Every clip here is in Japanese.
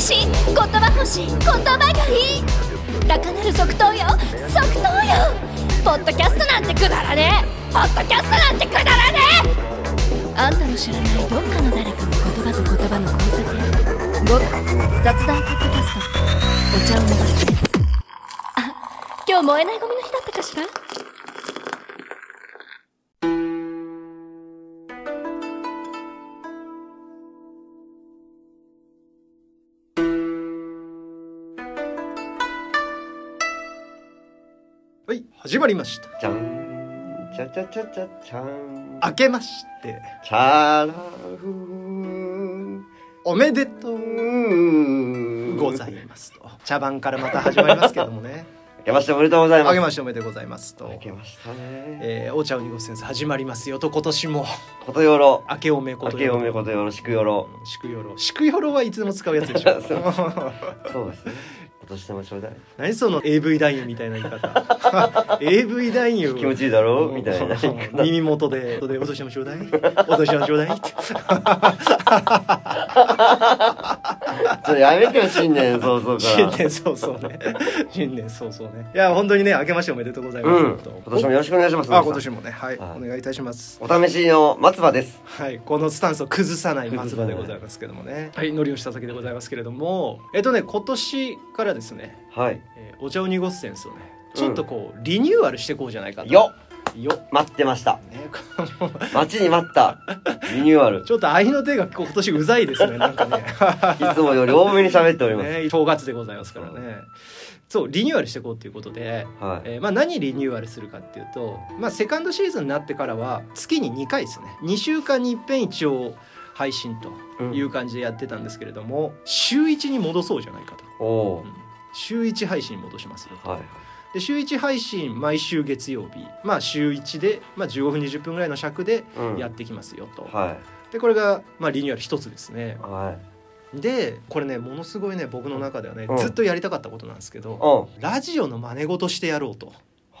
し言葉欲しい言葉がいい高鳴る即答よ即答よポッドキャストなんてくだらねえポッドキャストなんてくだらねえあんたの知らないどっかの誰かの言葉と言葉の交差点僕雑談ポッドキャストお茶を飲ますあ今日燃えないゴミの日だったかしらはい始まりましたじゃん。ちゃちゃちゃちゃちゃん。明けましてチャラふん。おめでとう。うんございますと茶番からまた始まりますけども ね明けましておめでとうございます。明けましておめでとうございますと明けましたね。えー、お茶を濁すセンス始まりますよと今年もことよろ。明けおめこ明とけよおろめことよろしくよろ。しくよろしくよろはいつでも使うやつでしそうそうょ そうですね。今年でもちょうだい。何その AV 男優みたいな言い 方 AV 男優気持ちいいだろうみたいな言い方。 耳元で「でお年もちょうだいお年もちょうだい」ってちょっとやめてよ、新年早々から。新年早々ね 新年早々ねいや本当にね明けましておめでとうござ います、うん。本今当年もよろしくお願いします。あ今年もねはい、はいお願いいたしますお試しの松葉です。はいこのスタンスを崩さない松葉でございますけどもねはいのりの下先でございますけれどもえっとね今年からですねはい。えーお茶を濁すセンスをねちょっとこう、リニューアルしていこうじゃないかとよよ、待ってました。ね、この待ちに待った。リニューア ル。ちょっと愛の手が今年うざいですねなんか ねいつもより多めに喋っております。 ね正月でございますからねそうリニューアルしていこうということで、はい。えーまあ、何リニューアルするかっていうと、まあ、セカンドシーズンになってからは月に2回ですね2週間に一遍一応配信とうんいう感じでやってたんですけれども、週1に戻そうじゃないかと、おうんお週1配信に戻しますよとー。はい。で週1配信毎週月曜日まあ週1で、まあ、15分20分ぐらいの尺でうん。やってきますよと、はでこれが、まあ、リニューアル一つですねい。はい。でこれねものすごいね僕の中ではね、うんずっとやりたかったことなんですけど、うん。はラジオの真似事してやろうとい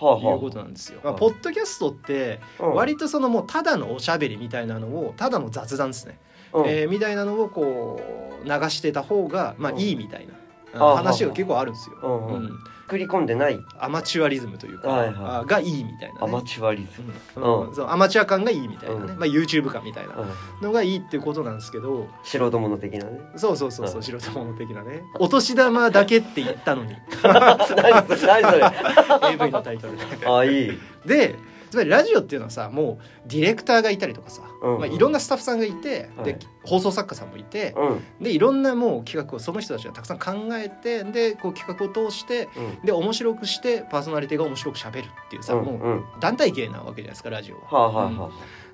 あ、はあ。うことなんですよ、まあ、ポッドキャストってうん割とそのもうただのおしゃべりみたいなのをただの雑談ですね、うんえーみたいなのをこう流してた方がまあうんいいみたいな、ああ話が結構あるんですよ、うんうんうん作り込んでないアマチュアリズムというか、はいはいあがいいみたいな、ね、アマチュアリズム。うんうんそうアマチュア感がいいみたいなね、うんまあ、YouTube 感みたいなうんのがいいっていうことなんですけど素人者的なね。 そうそうそうそう、うん素人者的なねお年玉だけって言ったの に何それ何それ。あ AV のタイトルであいい。でつまりラジオっていうのはさもうディレクターがいたりとかさ、うんまあ、いろんなスタッフさんがいて、はでい放送作家さんもいてうん。でいろんなもう企画をその人たちがたくさん考えてでこう企画を通してうん。で面白くしてパーソナリティが面白く喋るっていうさ、うん。もう。うん団体芸なわけじゃないですかラジオは。はあはあは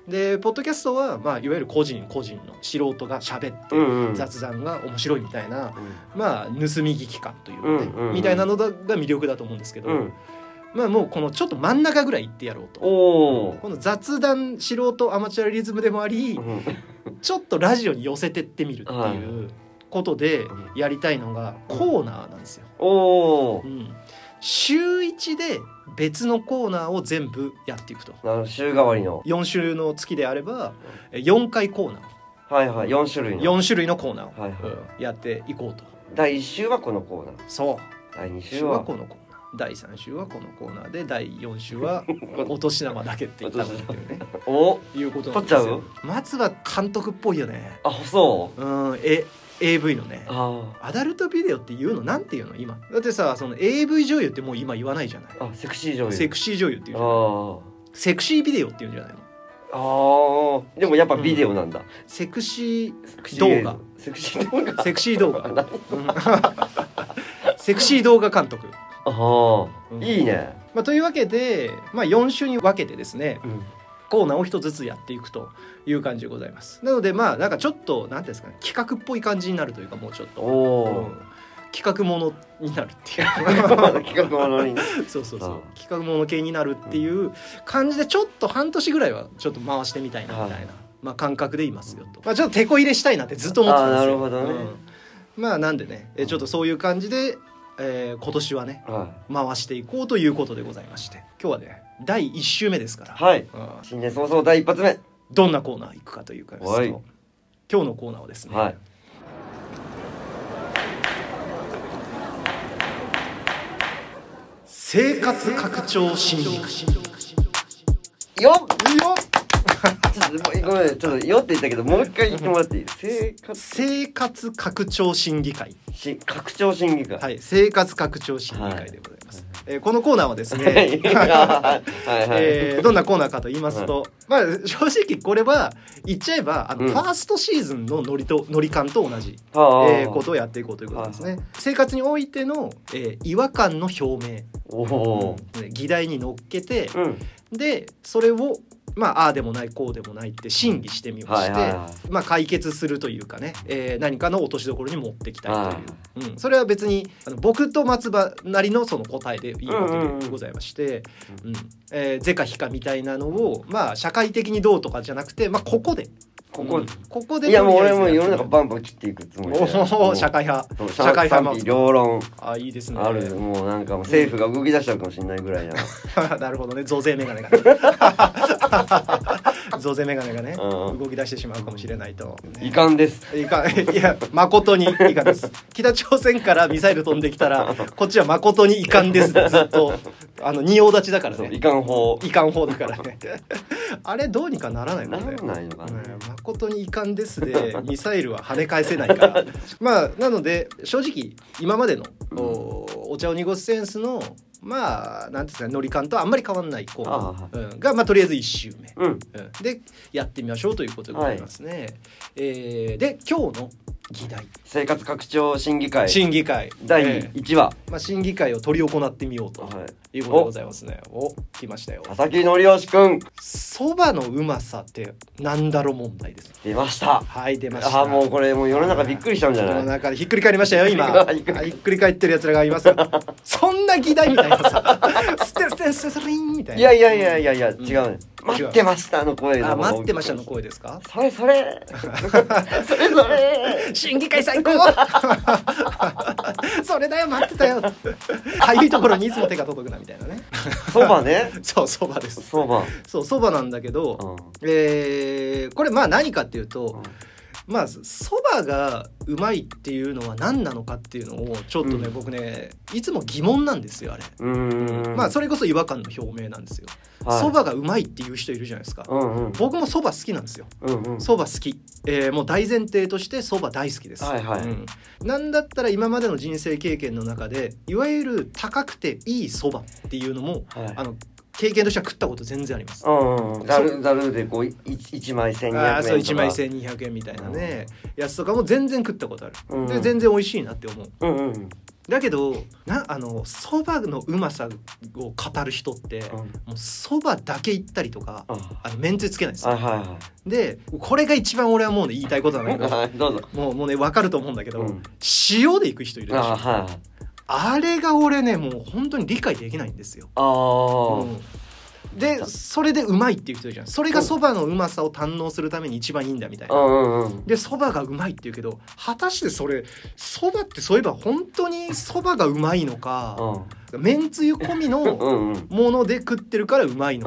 でポッドキャストは、まあ、いわゆる個人個人の素人が喋っあ。てうんうん。雑談が面白いみたいな、うまあ、盗み聞き感というかね、うんうんうんみたいなのだが魅力だと思うんですけど、ん。うん。まあもうこのちょっと真ん中ぐらい行ってやろうと。おお。この雑談素人アマチュアリズムでもありうんちょっとラジオに寄せてってみるっていうことでうんやりたいのがコーナーなんですよ。おおう。ん、週1で別のコーナーを全部やっていくとなるほど週替わりの。 4週の月であれば4回コーナーはいはい。四種類の。 4種類のコーナーをはいはいうんやっていこうと第一週はこのコーナー。そう第二週週はは。このコーナー第3週はこのコーナーで第4週 はお年玉だけって言ったもんっていうねお。いうことなんです取よっち松葉監督っぽいよねあそう。うんえ AV のねあアダルトビデオって言うのなんて言うの今だってさその AV 女優ってもう今言わないじゃないあ。あセクシー女優。セクシー女優っていうじゃないあセクシービデオっていうんじゃないのあ。ああ。でもやっぱビデオなんだ。セクシーセクシ動ー画。セクシー動画。セクシー動画何うんセクシー動画監督、ああ、うんいいね。まあ、というわけで、まあ、4週に分けてですねうん。コーナーを一つずつやっていくという感じでございますなのでまあなんかちょっと何ていうんですかね企画っぽい感じになるというかもうちょっと、おうおん。企画ものになるってい 企画ものに。 うそうそうそあう企画もの系になるっていう感じでちょっと半年ぐらいはちょっと回してみたいなみたいな、まあ、感覚でいますよと、まあ、ちょっと手こ入れしたいなってずっと思ってたんですよあーなるほどねうんまあなんでねえちょっとそういう感じで、えー今年はねは回していこうということでございまして今日はね第1週目ですから、い。はい。うん新年早々第一発目。どんなコーナー行くかというかですとはい今日のコーナーはですね、はい。生活拡張心理学よっちょっとごめんちょっとよって言ったけどもう一回言ってもらっていい生活生活拡張審議会し拡張審議会はい生活拡張審議会でございます、えーこのコーナーはです はいねはいはい えーどんなコーナーかと言いますと、まあ正直これは言っちゃえばあの、うんファーストシーズンのノリとノリ感と同じ、ああえーことをやっていこうということですね、生活においての、えー違和感の表明おおね議題に乗っけてーうんでそれをまあああでもないこうでもないって審議してみまして、はいはいはまあ、解決するというかね、えー何かの落としどころに持ってきたいという、うん、それは別にあの僕と松葉なりのその答えでいいわけでございまして「うんえー是か非か」みたいなのを、まあ、社会的にどうとかじゃなくて、まあ、ここで。ここうんここでいやもうとり俺あえずもう世のや中ってバンバン切っていくつもみりるでおお社会派そう社会派賛否両論あいいですねあるもうなんかもう政府が動き出しちゃうかもしれないぐらいな なるほどね 増税メガネ が増税メガネがね、うん動き出してしまうかもしれないと、遺憾ですいかんいや誠に遺憾です北朝鮮からミサイル飛んできたらこっちは誠に遺憾ですでずっとあの仁王立ちだからそう遺ね憾法遺憾法だからね あれどうにかならないもなんねんないのかなうん誠に遺憾ですでミサイルは跳ね返せないからまあなので正直今までのおお茶を濁すセンスのまあなんていうんですかねノリ感とあんまり変わんないコーナーうんが、まあ、とりあえず1周目、ううんんでやってみましょうということでございますね。えーで今日の議題、生活拡張審議会審議会第え1話ーまあ、審議会を執り行ってみようとはいいうことでございますね。お来ましたよ。佐々木則義くんそばのうまさってなんだろう問題です。出ましたはい出ました。あもうこれもう世の中びっくりしたんじゃ世のない中でひっくり返りましたよ今ひっくり返ひっくり返ってるやつらがいますよそんな議題みたいなさ「ステステステスリン」みたいないやいやいやいやいや違うねうん待ってましたの声のあ待ってましたの声ですかそれ それそれそれ審議会最高 それだよ待ってたよかゆいところにいつも手が届くなみたいなねそばね そうそばですそばそうそばなんだけど、えーこれまあ何かっていうと、まあそばがうまいっていうのは何なのかっていうのをちょっとね、うん僕ねいつも疑問なんですよあれ。うんうんまあそれこそ違和感の表明なんですよ。はいそば、がうまいっていう人いるじゃないですか。うんうん僕もそば好きなんですよ。うんうんそば好き、えーもう大前提としてそば大好きです。はいはいうんなんだったら今までの人生経験の中でいわゆる高くていいそばっていうのも、はいあの経験としては食ったこと全然あります。うんうんざるざるでこうい一枚千二あ百あ円とそかう1枚1200円みたいなね、やつとかも全然食ったことある、うんで全然美味しいなって思ううんうんうんだけどなあのそばのうまさを語る人って、もうそばだけ行ったりとか、ああのめんつゆつけないんですはいよはでこれが一番俺はもうね言いたいことなんだけいどはいどうぞもうもうね分かると思うんだけど、うん塩で行く人いるでしょああはいはいれが俺ねもう本当に理解できないんですよ、ああうんでそれでうまいっていう人いるじゃんそれがそばのうまさを堪能するために一番いいんだみたいな、うんうんうんでそばがうまいって言うけど果たしてそれそばってそういえば本当にそばがうまいのか、めんつゆ込みうんうのんうんもので食ってるからうまいの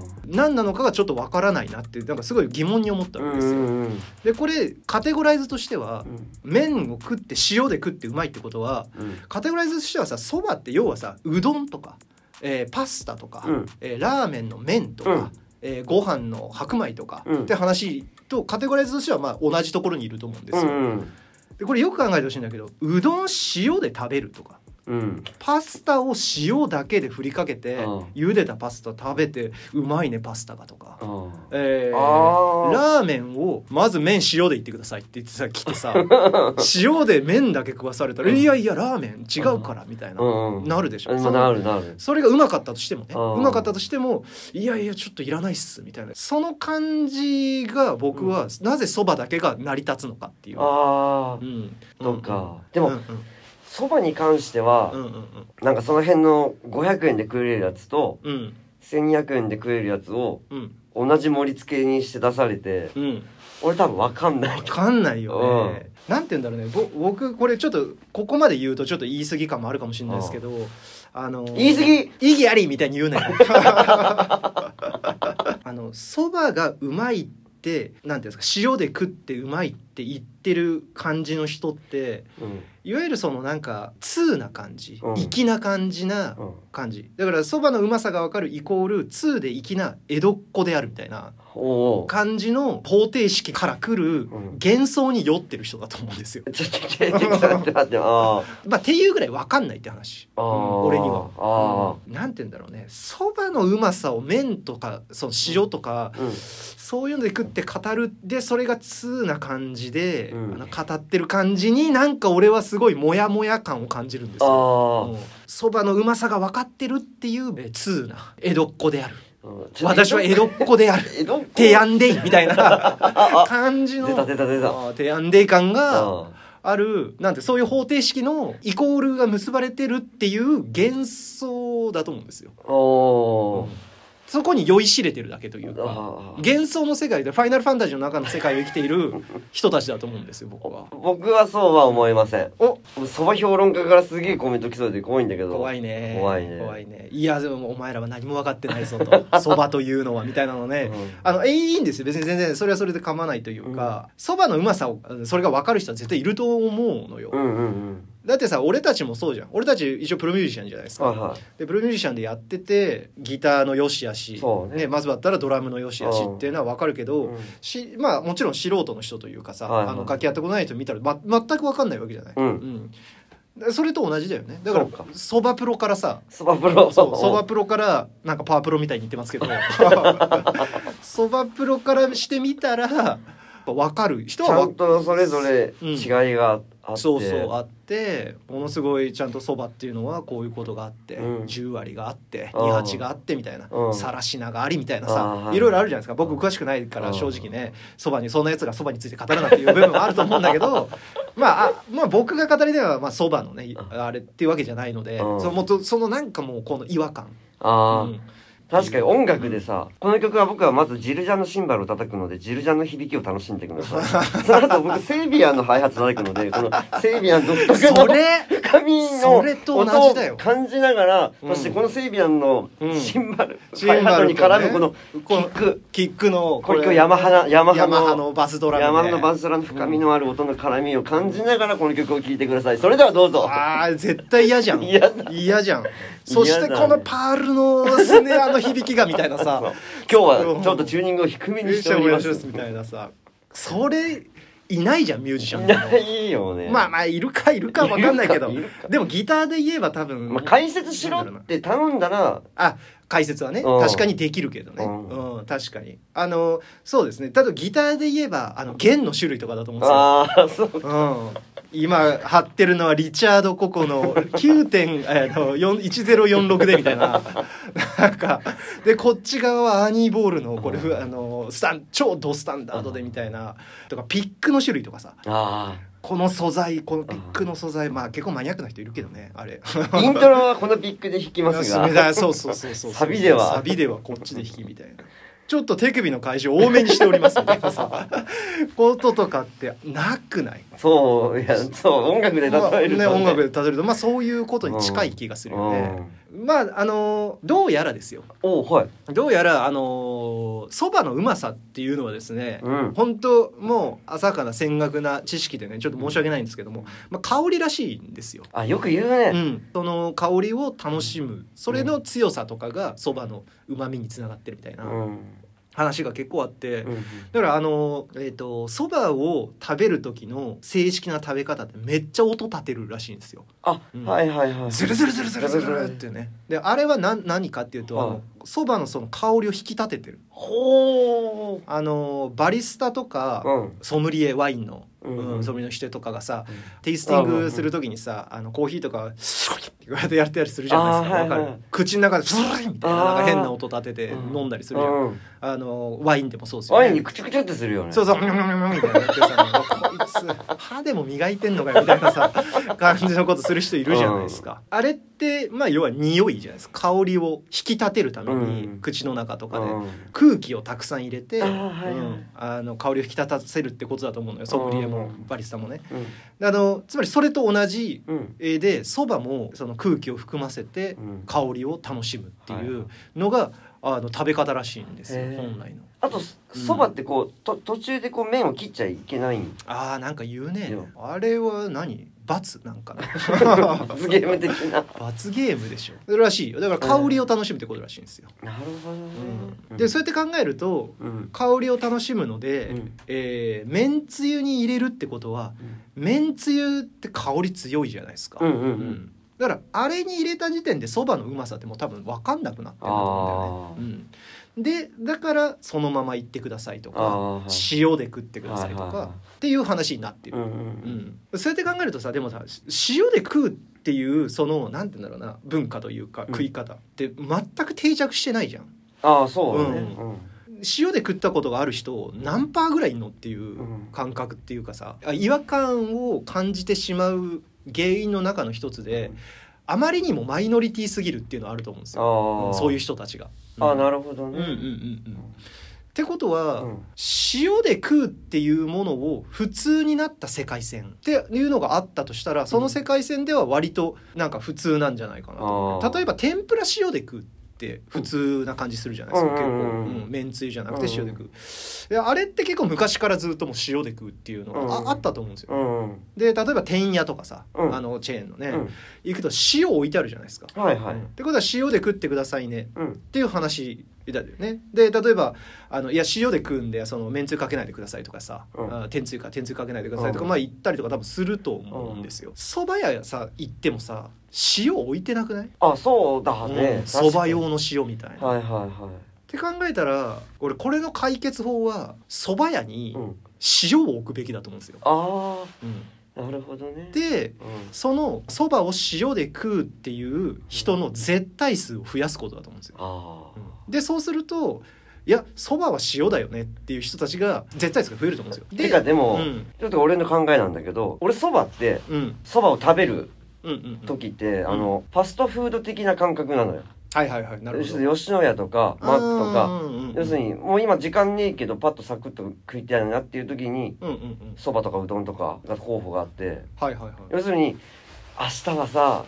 か、あ何なのかがちょっとわからないなってなんかすごい疑問に思ったあわけですよ。うんでこれカテゴライズとしては麺を食って塩で食ってうまいってことはうんカテゴライズとしてはさそばって要はさうどんとか、えーパスタとか、うんえーラーメンの麺とか、うんえーご飯の白米とか、うんって話とカテゴライズとしてはまあ同じところにいると思うんですうよ。んでこれよく考えてほしいんだけどうどん塩で食べるとかうんパスタを塩だけで振りかけてうん茹でたパスタ食べてうまいねパスタがとか。あえーあーラーメンをまず麺塩でいってくださいって言ってさ来て さ塩で麺だけ食わされたら「うんいやいやラーメン違うから」みたいな、うんうんなるでしょ、あなるなるそれがうまかったとしてもねうんうまかったとしても「いやいやちょっといらないっす」みたいなその感じが僕は、なぜそばだけが成り立つのかっていう。あうあん、そっかうでんうん、もそばに関してうはんうんうんなんかその辺の500円で食えるやつとうんうん1200円で食えるやつをうん同じ盛り付けにして出されてうん俺多分わかんないわかんないよね。なんて言うんだろうね。ぼ僕これちょっとここまで言うとちょっと言い過ぎ感もあるかもしれないですけど、あの言い過ぎ意義ありみたいに言うな よ。あのそばがうまいってなんていうんですか塩で食ってうまいっって言ってる感じの人っていわゆるそのなんか通な感じ、うん粋な感じなうん感じだからそばのうまさがわかるイコール通で粋な江戸っ子であるみたいなおお感じの方程式から来るうん幻想に酔ってる人だと思うんですよ。 ちょっと待ってちょっと待って待ってあーまあ、っていうぐらいわかんないって話。あー俺にはあなんて言うんだろうねそばのうまさを麺とかその塩とか、ーうんそういうので食って語るでそれが通な感じで、うんあの語ってる感じになんか俺はすごいモヤモヤ感を感じるんですよ。あそばのうまさが分かってるっていうえ通な江戸っ子であるーうんちょっと私は江戸っ子である 江戸っ子提案でいいみたいなああ感じの出た出た出たあー提案でい感がああるなんてそういう方程式のイコールが結ばれてるっていう幻想だと思うんですよ。ーおそこに酔いしれてるだけというーかあー幻想の世界で「ファイナルファンタジー」の中の世界を生きている人たちだと思うんですよ僕は。僕はそうは思いませんおそば評論家からすげえコメント来そうで怖いんだけど怖いね怖いねいやでもお前らは何も分かってないぞとそばというのはみたいなのうね、んあのえいいんですよ別に全然それはそれで構わないというかそば、蕎麦のうまさをそれが分かる人は絶対いると思うのよ、うんうんだってさ俺たちもそうじゃん俺たち一応プロミュージシャンじゃないですうんか、はいはいでプロミュージシャンでやっててギターの良し悪し、そうねね、まずだったらドラムの良し悪しっていうのは分かるけど、うんしまあもちろん素人の人というかさ、はいはいあの楽器やったことない人見たら、ま、全く分かんないわけじゃない、うんうんそれと同じだよねだからそうかそばプロからさそばプロそうそばプロからなんかパワープロみたいに言ってますけ ど そばプロからしてみたら分かる人ちはゃわんとそれぞれうん違いがあって、そうそうあってものすごいちゃんとそばっていうのはこういうことがあって、うん10割があってあー2八があってみたいなうんさらしながありみたいなあーさはいいろいろあるじゃないですか僕詳しくないから正直ねそばにそんなやつがそばについて語らないっていう部分もあると思うんだけ どまああまあ僕が語りではそばのねあれっていうわけじゃないのでうんそのもっとそのなんかもうこの違和感。あうー、ん確かに音楽でさ、この曲は僕はまずジルジャンのシンバルを叩くのでジルジャンの響きを楽しんでいくのさ その後僕セイビアンのハイハツ叩くのでこのセイビアン独特そのれ深みのそれと同じだよ音を感じながら、うんそしてこのセイビアンのうんシンバル、シンハバルとねイハットに絡むこのキックキックのこれ今日ヤマハなヤマハヤマハののバスドラムヤマハでのバンスラの深みのある音の絡みを感じながらこの曲を聴いてくださいそれではどうぞあー絶対嫌じゃん嫌だ嫌じゃんそして嫌だねこのパールのスネアの響きがみたいなさ今日はちょっとチューニングを低めにしておりますみたいなさそれいないじゃんミュージシャンいってないよねまあまあいるかいるかわかんないけどいるかいるかでもギターで言えば多分、まあ、解説しろって頼んだらあ解説はねうん確かにできるけどね、ううんん確かにあのそうですねただギターで言えばあの弦の種類とかだと思うんですよああそううん、今貼ってるのはリチャード・ココの9点えーと4 1046でみたいななんかでこっち側はアニー・ボールのこれ、ふあのスタン超ドスタンダードでみたいなとかピックの種類とかさあこの素材このピックの素材まあ結構マニアックな人いるけどねあれ。あイントロはこのピックで弾きますおすすめだがよ そうそうそうそうそうサビではサビではこっちで弾きみたいなちょっと手首の返しを多めにしておりますみたいなさこととかってなくないそういやそう音楽で例えると、まあね、音楽で例えると、まあ、そういうことに近い気がするよね。まああのどうやらですようんおはいどうやらあのそばのうまさっていうのはですね、うん本当もう浅かな尖学な知識でねちょっと申し訳ないんですけども、まあ、香りらしいんですよ。あよく言うね、うん、その香りを楽しむそれの強さとかがそばのうまみにつながってるみたいうんな話が結構あって、うんだからあのえっ、とそばを食べる時の正式な食べ方ってめっちゃ音立てるらしいんですよ。あ、うんはいはいはいズルズルズルズルズルっていうね。であれは何何かっていうとあはのそばのその香りを引き立ててる。ほーあのバリスタとか、うんソムリエワインの、うんうん、ソムリエの人とかがさうんテイスティングする時にさあのコーヒーとかスーッてこうやってやったりするじゃないですか、あーはいはいわかる口の中でスーッみたいななんか変な音立ててうん飲んだりするじゃん、うんあのワインでもそうですよワねインにクチュクチュってするよねそうそう、みゃみゃみゃみゃみたいなやってさ、こいつ、歯でも磨いてんのかよみたいなさ、感じのことする人いるじゃないですか。あれって、まあ、要は匂いじゃないですか。香りを引き立てるためうにん、口の中とかで。うん空気をたくさん入れて、あーはいはいうんあの香りを引き立たせるってことだと思うのよソムリエもうんバリスタもねうんあのつまりそれと同じうんえーでそばもその空気を含ませてうん香りを楽しむっていはいうのが、あの食べ方らしいんですよへー本来の。あとそばってこうと途中でこう麺を切っちゃいけない んああなんか言うねよあれは何罰なんかな 罰ゲーム的な罰ゲームでしょそれらしいよだから香りを楽しむってことらしいんですよ、なるほどねうんでそうやって考えるとうん香りを楽しむので、うんえー、めんつゆに入れるってことはめんつゆって香り強いじゃないですか、うんうんううんんだからあれに入れた時点でそばのうまさってもう多分分かんなくなってると思うんだよね、うん、でだからそのままいってくださいとあかあはい塩で食ってくださいとはいはいはいかっていう話になってる、うんうんううんんそうやって考えるとさでもさ塩で食うっていうそのなんて言うんだろうな文化というかうん食い方って全く定着してないじゃんああそうだねううん塩で食ったことがある人何パーぐらいいんのっていううん感覚っていうかさあ違和感を感じてしまう原因の中の一つで、あまりにもマイノリティすぎるっていうのはあると思うんですよ、うああんそういう人たちが。ああなるるほどほうんうんうんねうんってことは、うん塩で食うっていうものを普通になった世界線っていうのがあったとしたらその世界線では割となんか普通なんじゃないかなと思う、あー例えば天ぷら塩で食うって普通な感じするじゃないですか、うん結構、うんうんうんうんめんつゆじゃなくて塩で食う、であれって結構昔からずっともう塩で食うっていうのがあ,、うんあったと思うんですようんうんで例えば天屋とかさ、うんあのチェーンのね、うん行くと塩置いてあるじゃないですか、はいはいってことは塩で食ってくださいねうんっていう話だよねで例えばあのいや塩で食うんでそのめんつゆかけないでくださいとかさ、うんあ天つゆか天つゆかけないでくださいとか、うんまあ言ったりとか多分すると思うんですよそば、屋さ行ってもさ塩置いてなくないあそうだねそば、蕎麦は用の塩みたいいな、はいはって考えたら俺これの解決法はそば屋いにうん塩を置くべきだと思うんですよ、あうんあなるほどねでうんそのそばを塩で食うっていう人の絶対数を増やすことだと思うんですよああでそうするといやそばは塩だよねっていう人たちが絶対数が増えると思うんですてよ。かでも、うんちょっと俺の考えなんだけど俺そばってうんそばを食べるうんうんうん、時って、あのファストフード的な感覚なのよはいはいはいなる要ほすどるに吉野家とかマックとかうんうんうん要するにもう今時間ねえけどパッとサクッと食いたいなっていう時にうんうんうんそばとかうどんとかが候補があってはいはいはい要するに明日はさ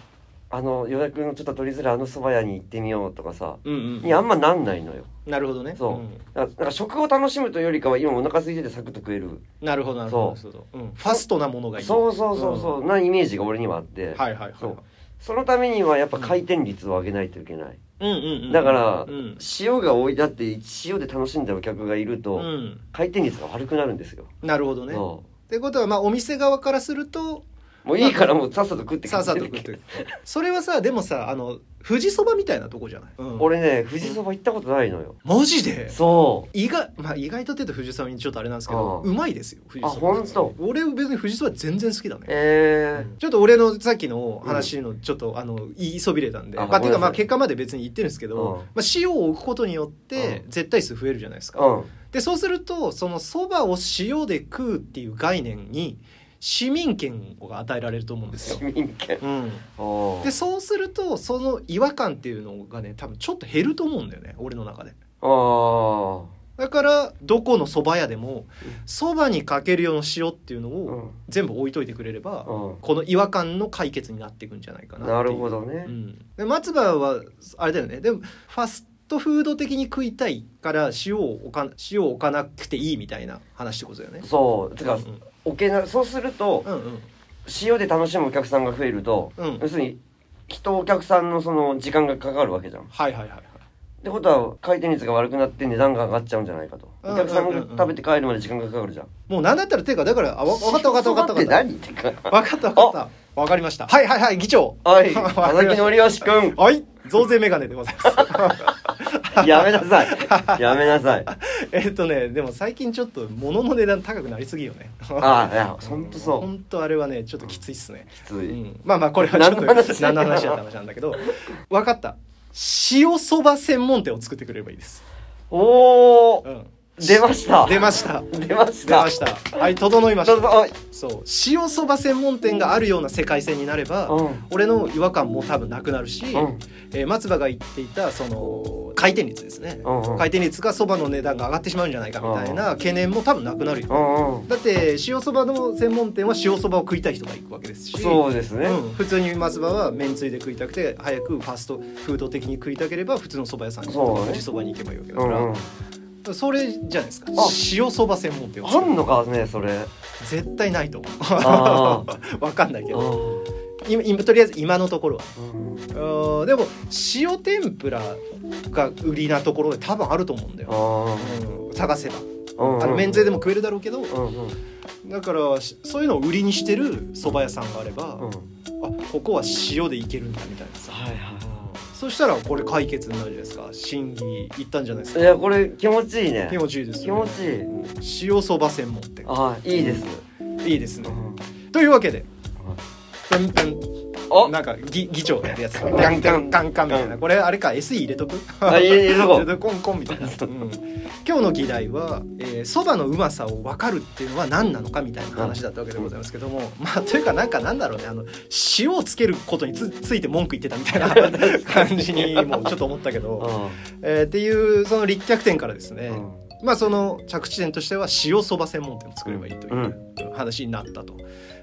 あの予約のちょっと取りづらいあのそば屋に行ってみようとかさうんうんにあんまなんないのよなるほどねそうんだからなんか食を楽しむというよりかは今お腹空いててサクッと食えるなるほどなるほどそうそう、うん、ファストなものがいいそうそうそうそう、なイメージが俺にはあって、はいはいはいそうそのためにはやっぱ回転率を上げないといけない、うんうんうんだからうん塩が置いてあって塩で楽しんだお客がいると、うん回転率が悪くなるんですよ、なるほどねっそてことはまあお店側からするとうもういいからもうさっさと食ってさあさあと食ってそれはさでもさあの富士そばみたいなとこじゃない、うん、俺ね富士そば行ったことないのよ、マジでそ意外まあ、意外とって言うと藤井さんにちょっとあれなんですけどうんうまいですよ藤井さんあほんと俺別に藤井さんは全然好きだうねえちょっと俺のさっきの話のちょっと、あの言いそびれたんであまあ、ていうかごめんなさいまあ結果まで別に言ってるんですけど、うんまあ、塩を置くことによってう絶対数増えるじゃないですーか、うんでそうするとそのそばを塩で食うっていう概念に市民権が与えられると思うんですよ市、民権うん、おでそうするとその違和感っていうのがね多分ちょっと減ると思うんだよね俺の中で。あーだからどこの蕎麦屋でも蕎麦にかける用の塩っていうのうをん全部置いといてくれれば、うんこの違和感の解決になっていくんじゃないかなっていうなるほ、どね、うん、で松葉はあれだよねでもファストフード的に食いたいから塩を置か塩を置かなくていいみたいな話ってことだよね。そうてか、うんおけなそうするとうんうん塩で楽しむお客さんが増えると、うん要するに人お客さんのその時間がかかるわけじゃんはいはいはいはいってことは回転率が悪くなって値段が上がっちゃうんじゃないかとうんお客さんうんがうんうん食べて帰るまで時間がかかるじゃんもうなんだったらていうかだからあわ分かった分かった分かった分かっ塩そばって何ってたか分かった分かった分かりましたはいはいはい議長は いわ佐かりまし々木たのりよし君はい増税メガネでございます。やめなさいやめなさいえっとねでも最近ちょっと物の値段高くなりすぎよね ああいやほんとそ本当あれはねちょっときついっすね、うきつういん、まあまあこれはちょっと何の話何の話だった話なんだけど分かった塩そば専門店を作ってくれればいいです、おうおん、出ました出ました出まし出たましたはい整いまどうしぞたおいそう塩そば専門店があるような世界線になれば、うん俺の違和感も多分なくなるし、うんえー松葉が言っていたその回転率ですね、うんうん回転率がそばの値段が上がってしまうんじゃないかみたいな懸念も多分なくなるよ、うんうんだって塩そばの専門店は塩そばを食いたい人が行くわけですしそうですねうん、普通に松葉はめんつゆで食いたくて早くファストフード的に食いたければ普通のそば屋さんにそうね富士そばに行けばいいわけだうかんら、うんそれじゃないですかあ塩そば専門店あんのかねそれ絶対ないと思あう わかんないけあど今今とりあえず今のところはうんうんでも塩天ぷらが売りなところで多分あると思うんだよ、あうん探せばあうんあの免税でも食えるだろうけどうんうんだからしそういうのを売りにしてる蕎麦屋さんがあれば、うんあここは塩でいけるんだみたいなさ、はいはそしたらこれ解決になるじゃないですか審議行ったんじゃないですいかいやこれ気持ちいいね気持ちいいです気よ、持ね、ちいい塩そば専門店ああいいですいいですねうんというわけでプンプンおなんか議議長やるやつンカンガンガンガンみたいなこれあれか SE 入れとくあいいいいとこでコンコンみたいな、うん今日の議題はえーそば、のうまさを分かるっていうのは何なのかみたいな話だったわけでございますけども、まあというかなんかなんだろうねあの塩をつけることにつついて文句言ってたみたいな感じにもちょっと思ったけうど、んえーっていうその立脚点からですね、うんまあその着地点としては塩そば専門店を作ればいいというう話になったと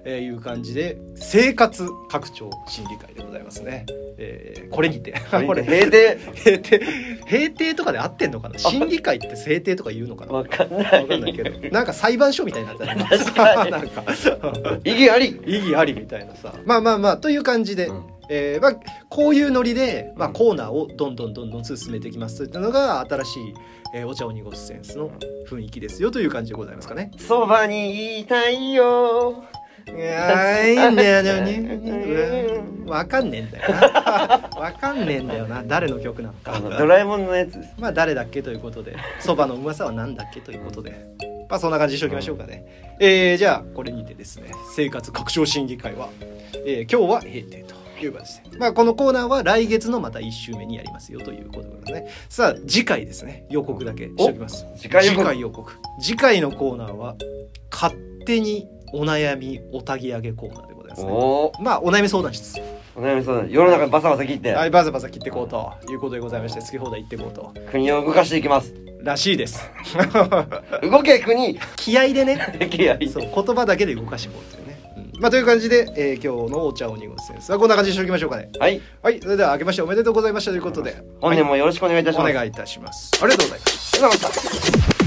えーいう感じで生活拡張審議会でございますね。えーこれに てこれ閉店平定平定とかで合ってんのかな審議会って制定とか言うのかなわかんない分かんないけ どなんか裁判所みたいになったね確か になんか 意義あり意義ありみたいなさまあまあまあという感じで、うんえーまあ、こういうノリで、まあ、コーナーをどんどんどんどん進めていきますというのが新しい、えーお茶を濁すセンスの雰囲気ですよという感じでございますか ね。そばにいたいよいやーいいんだよ ね。わかんねえんだよな。わかんねえんだよな。誰の曲なのあか。のドラえもんのやつですまあ誰だっけということで、そばのうまさは何だっけということで、まあそんな感じにしておきましょうかね。えー、じゃあこれにてですね、生活拡張審議会は、えー今日は閉店と。いう感じでまあこのコーナーは来月のまた1週目にやりますよということですねさあ次回ですね予告だけしておきます次回予次告回予告次回のコーナーは勝手にお悩みおたぎ上げコーナーでございますねおおまあお悩み相談室お悩み相談世の中バサバサ切ってはいバザバザ切ってこうということでございまして好き放題言ってこうと国を動かしていきますらしいです動け国気合でね出来合いそう言葉だけで動かしていこうっていうね、うんまあという感じで、えー今日のお茶を濁すセンスはこんな感じにしておきましょうかねはいはいそれでは明けましておめでとうございましたということで本年もよろしくお願いいたしおます、願いいたしますありがとうございますありがとうございました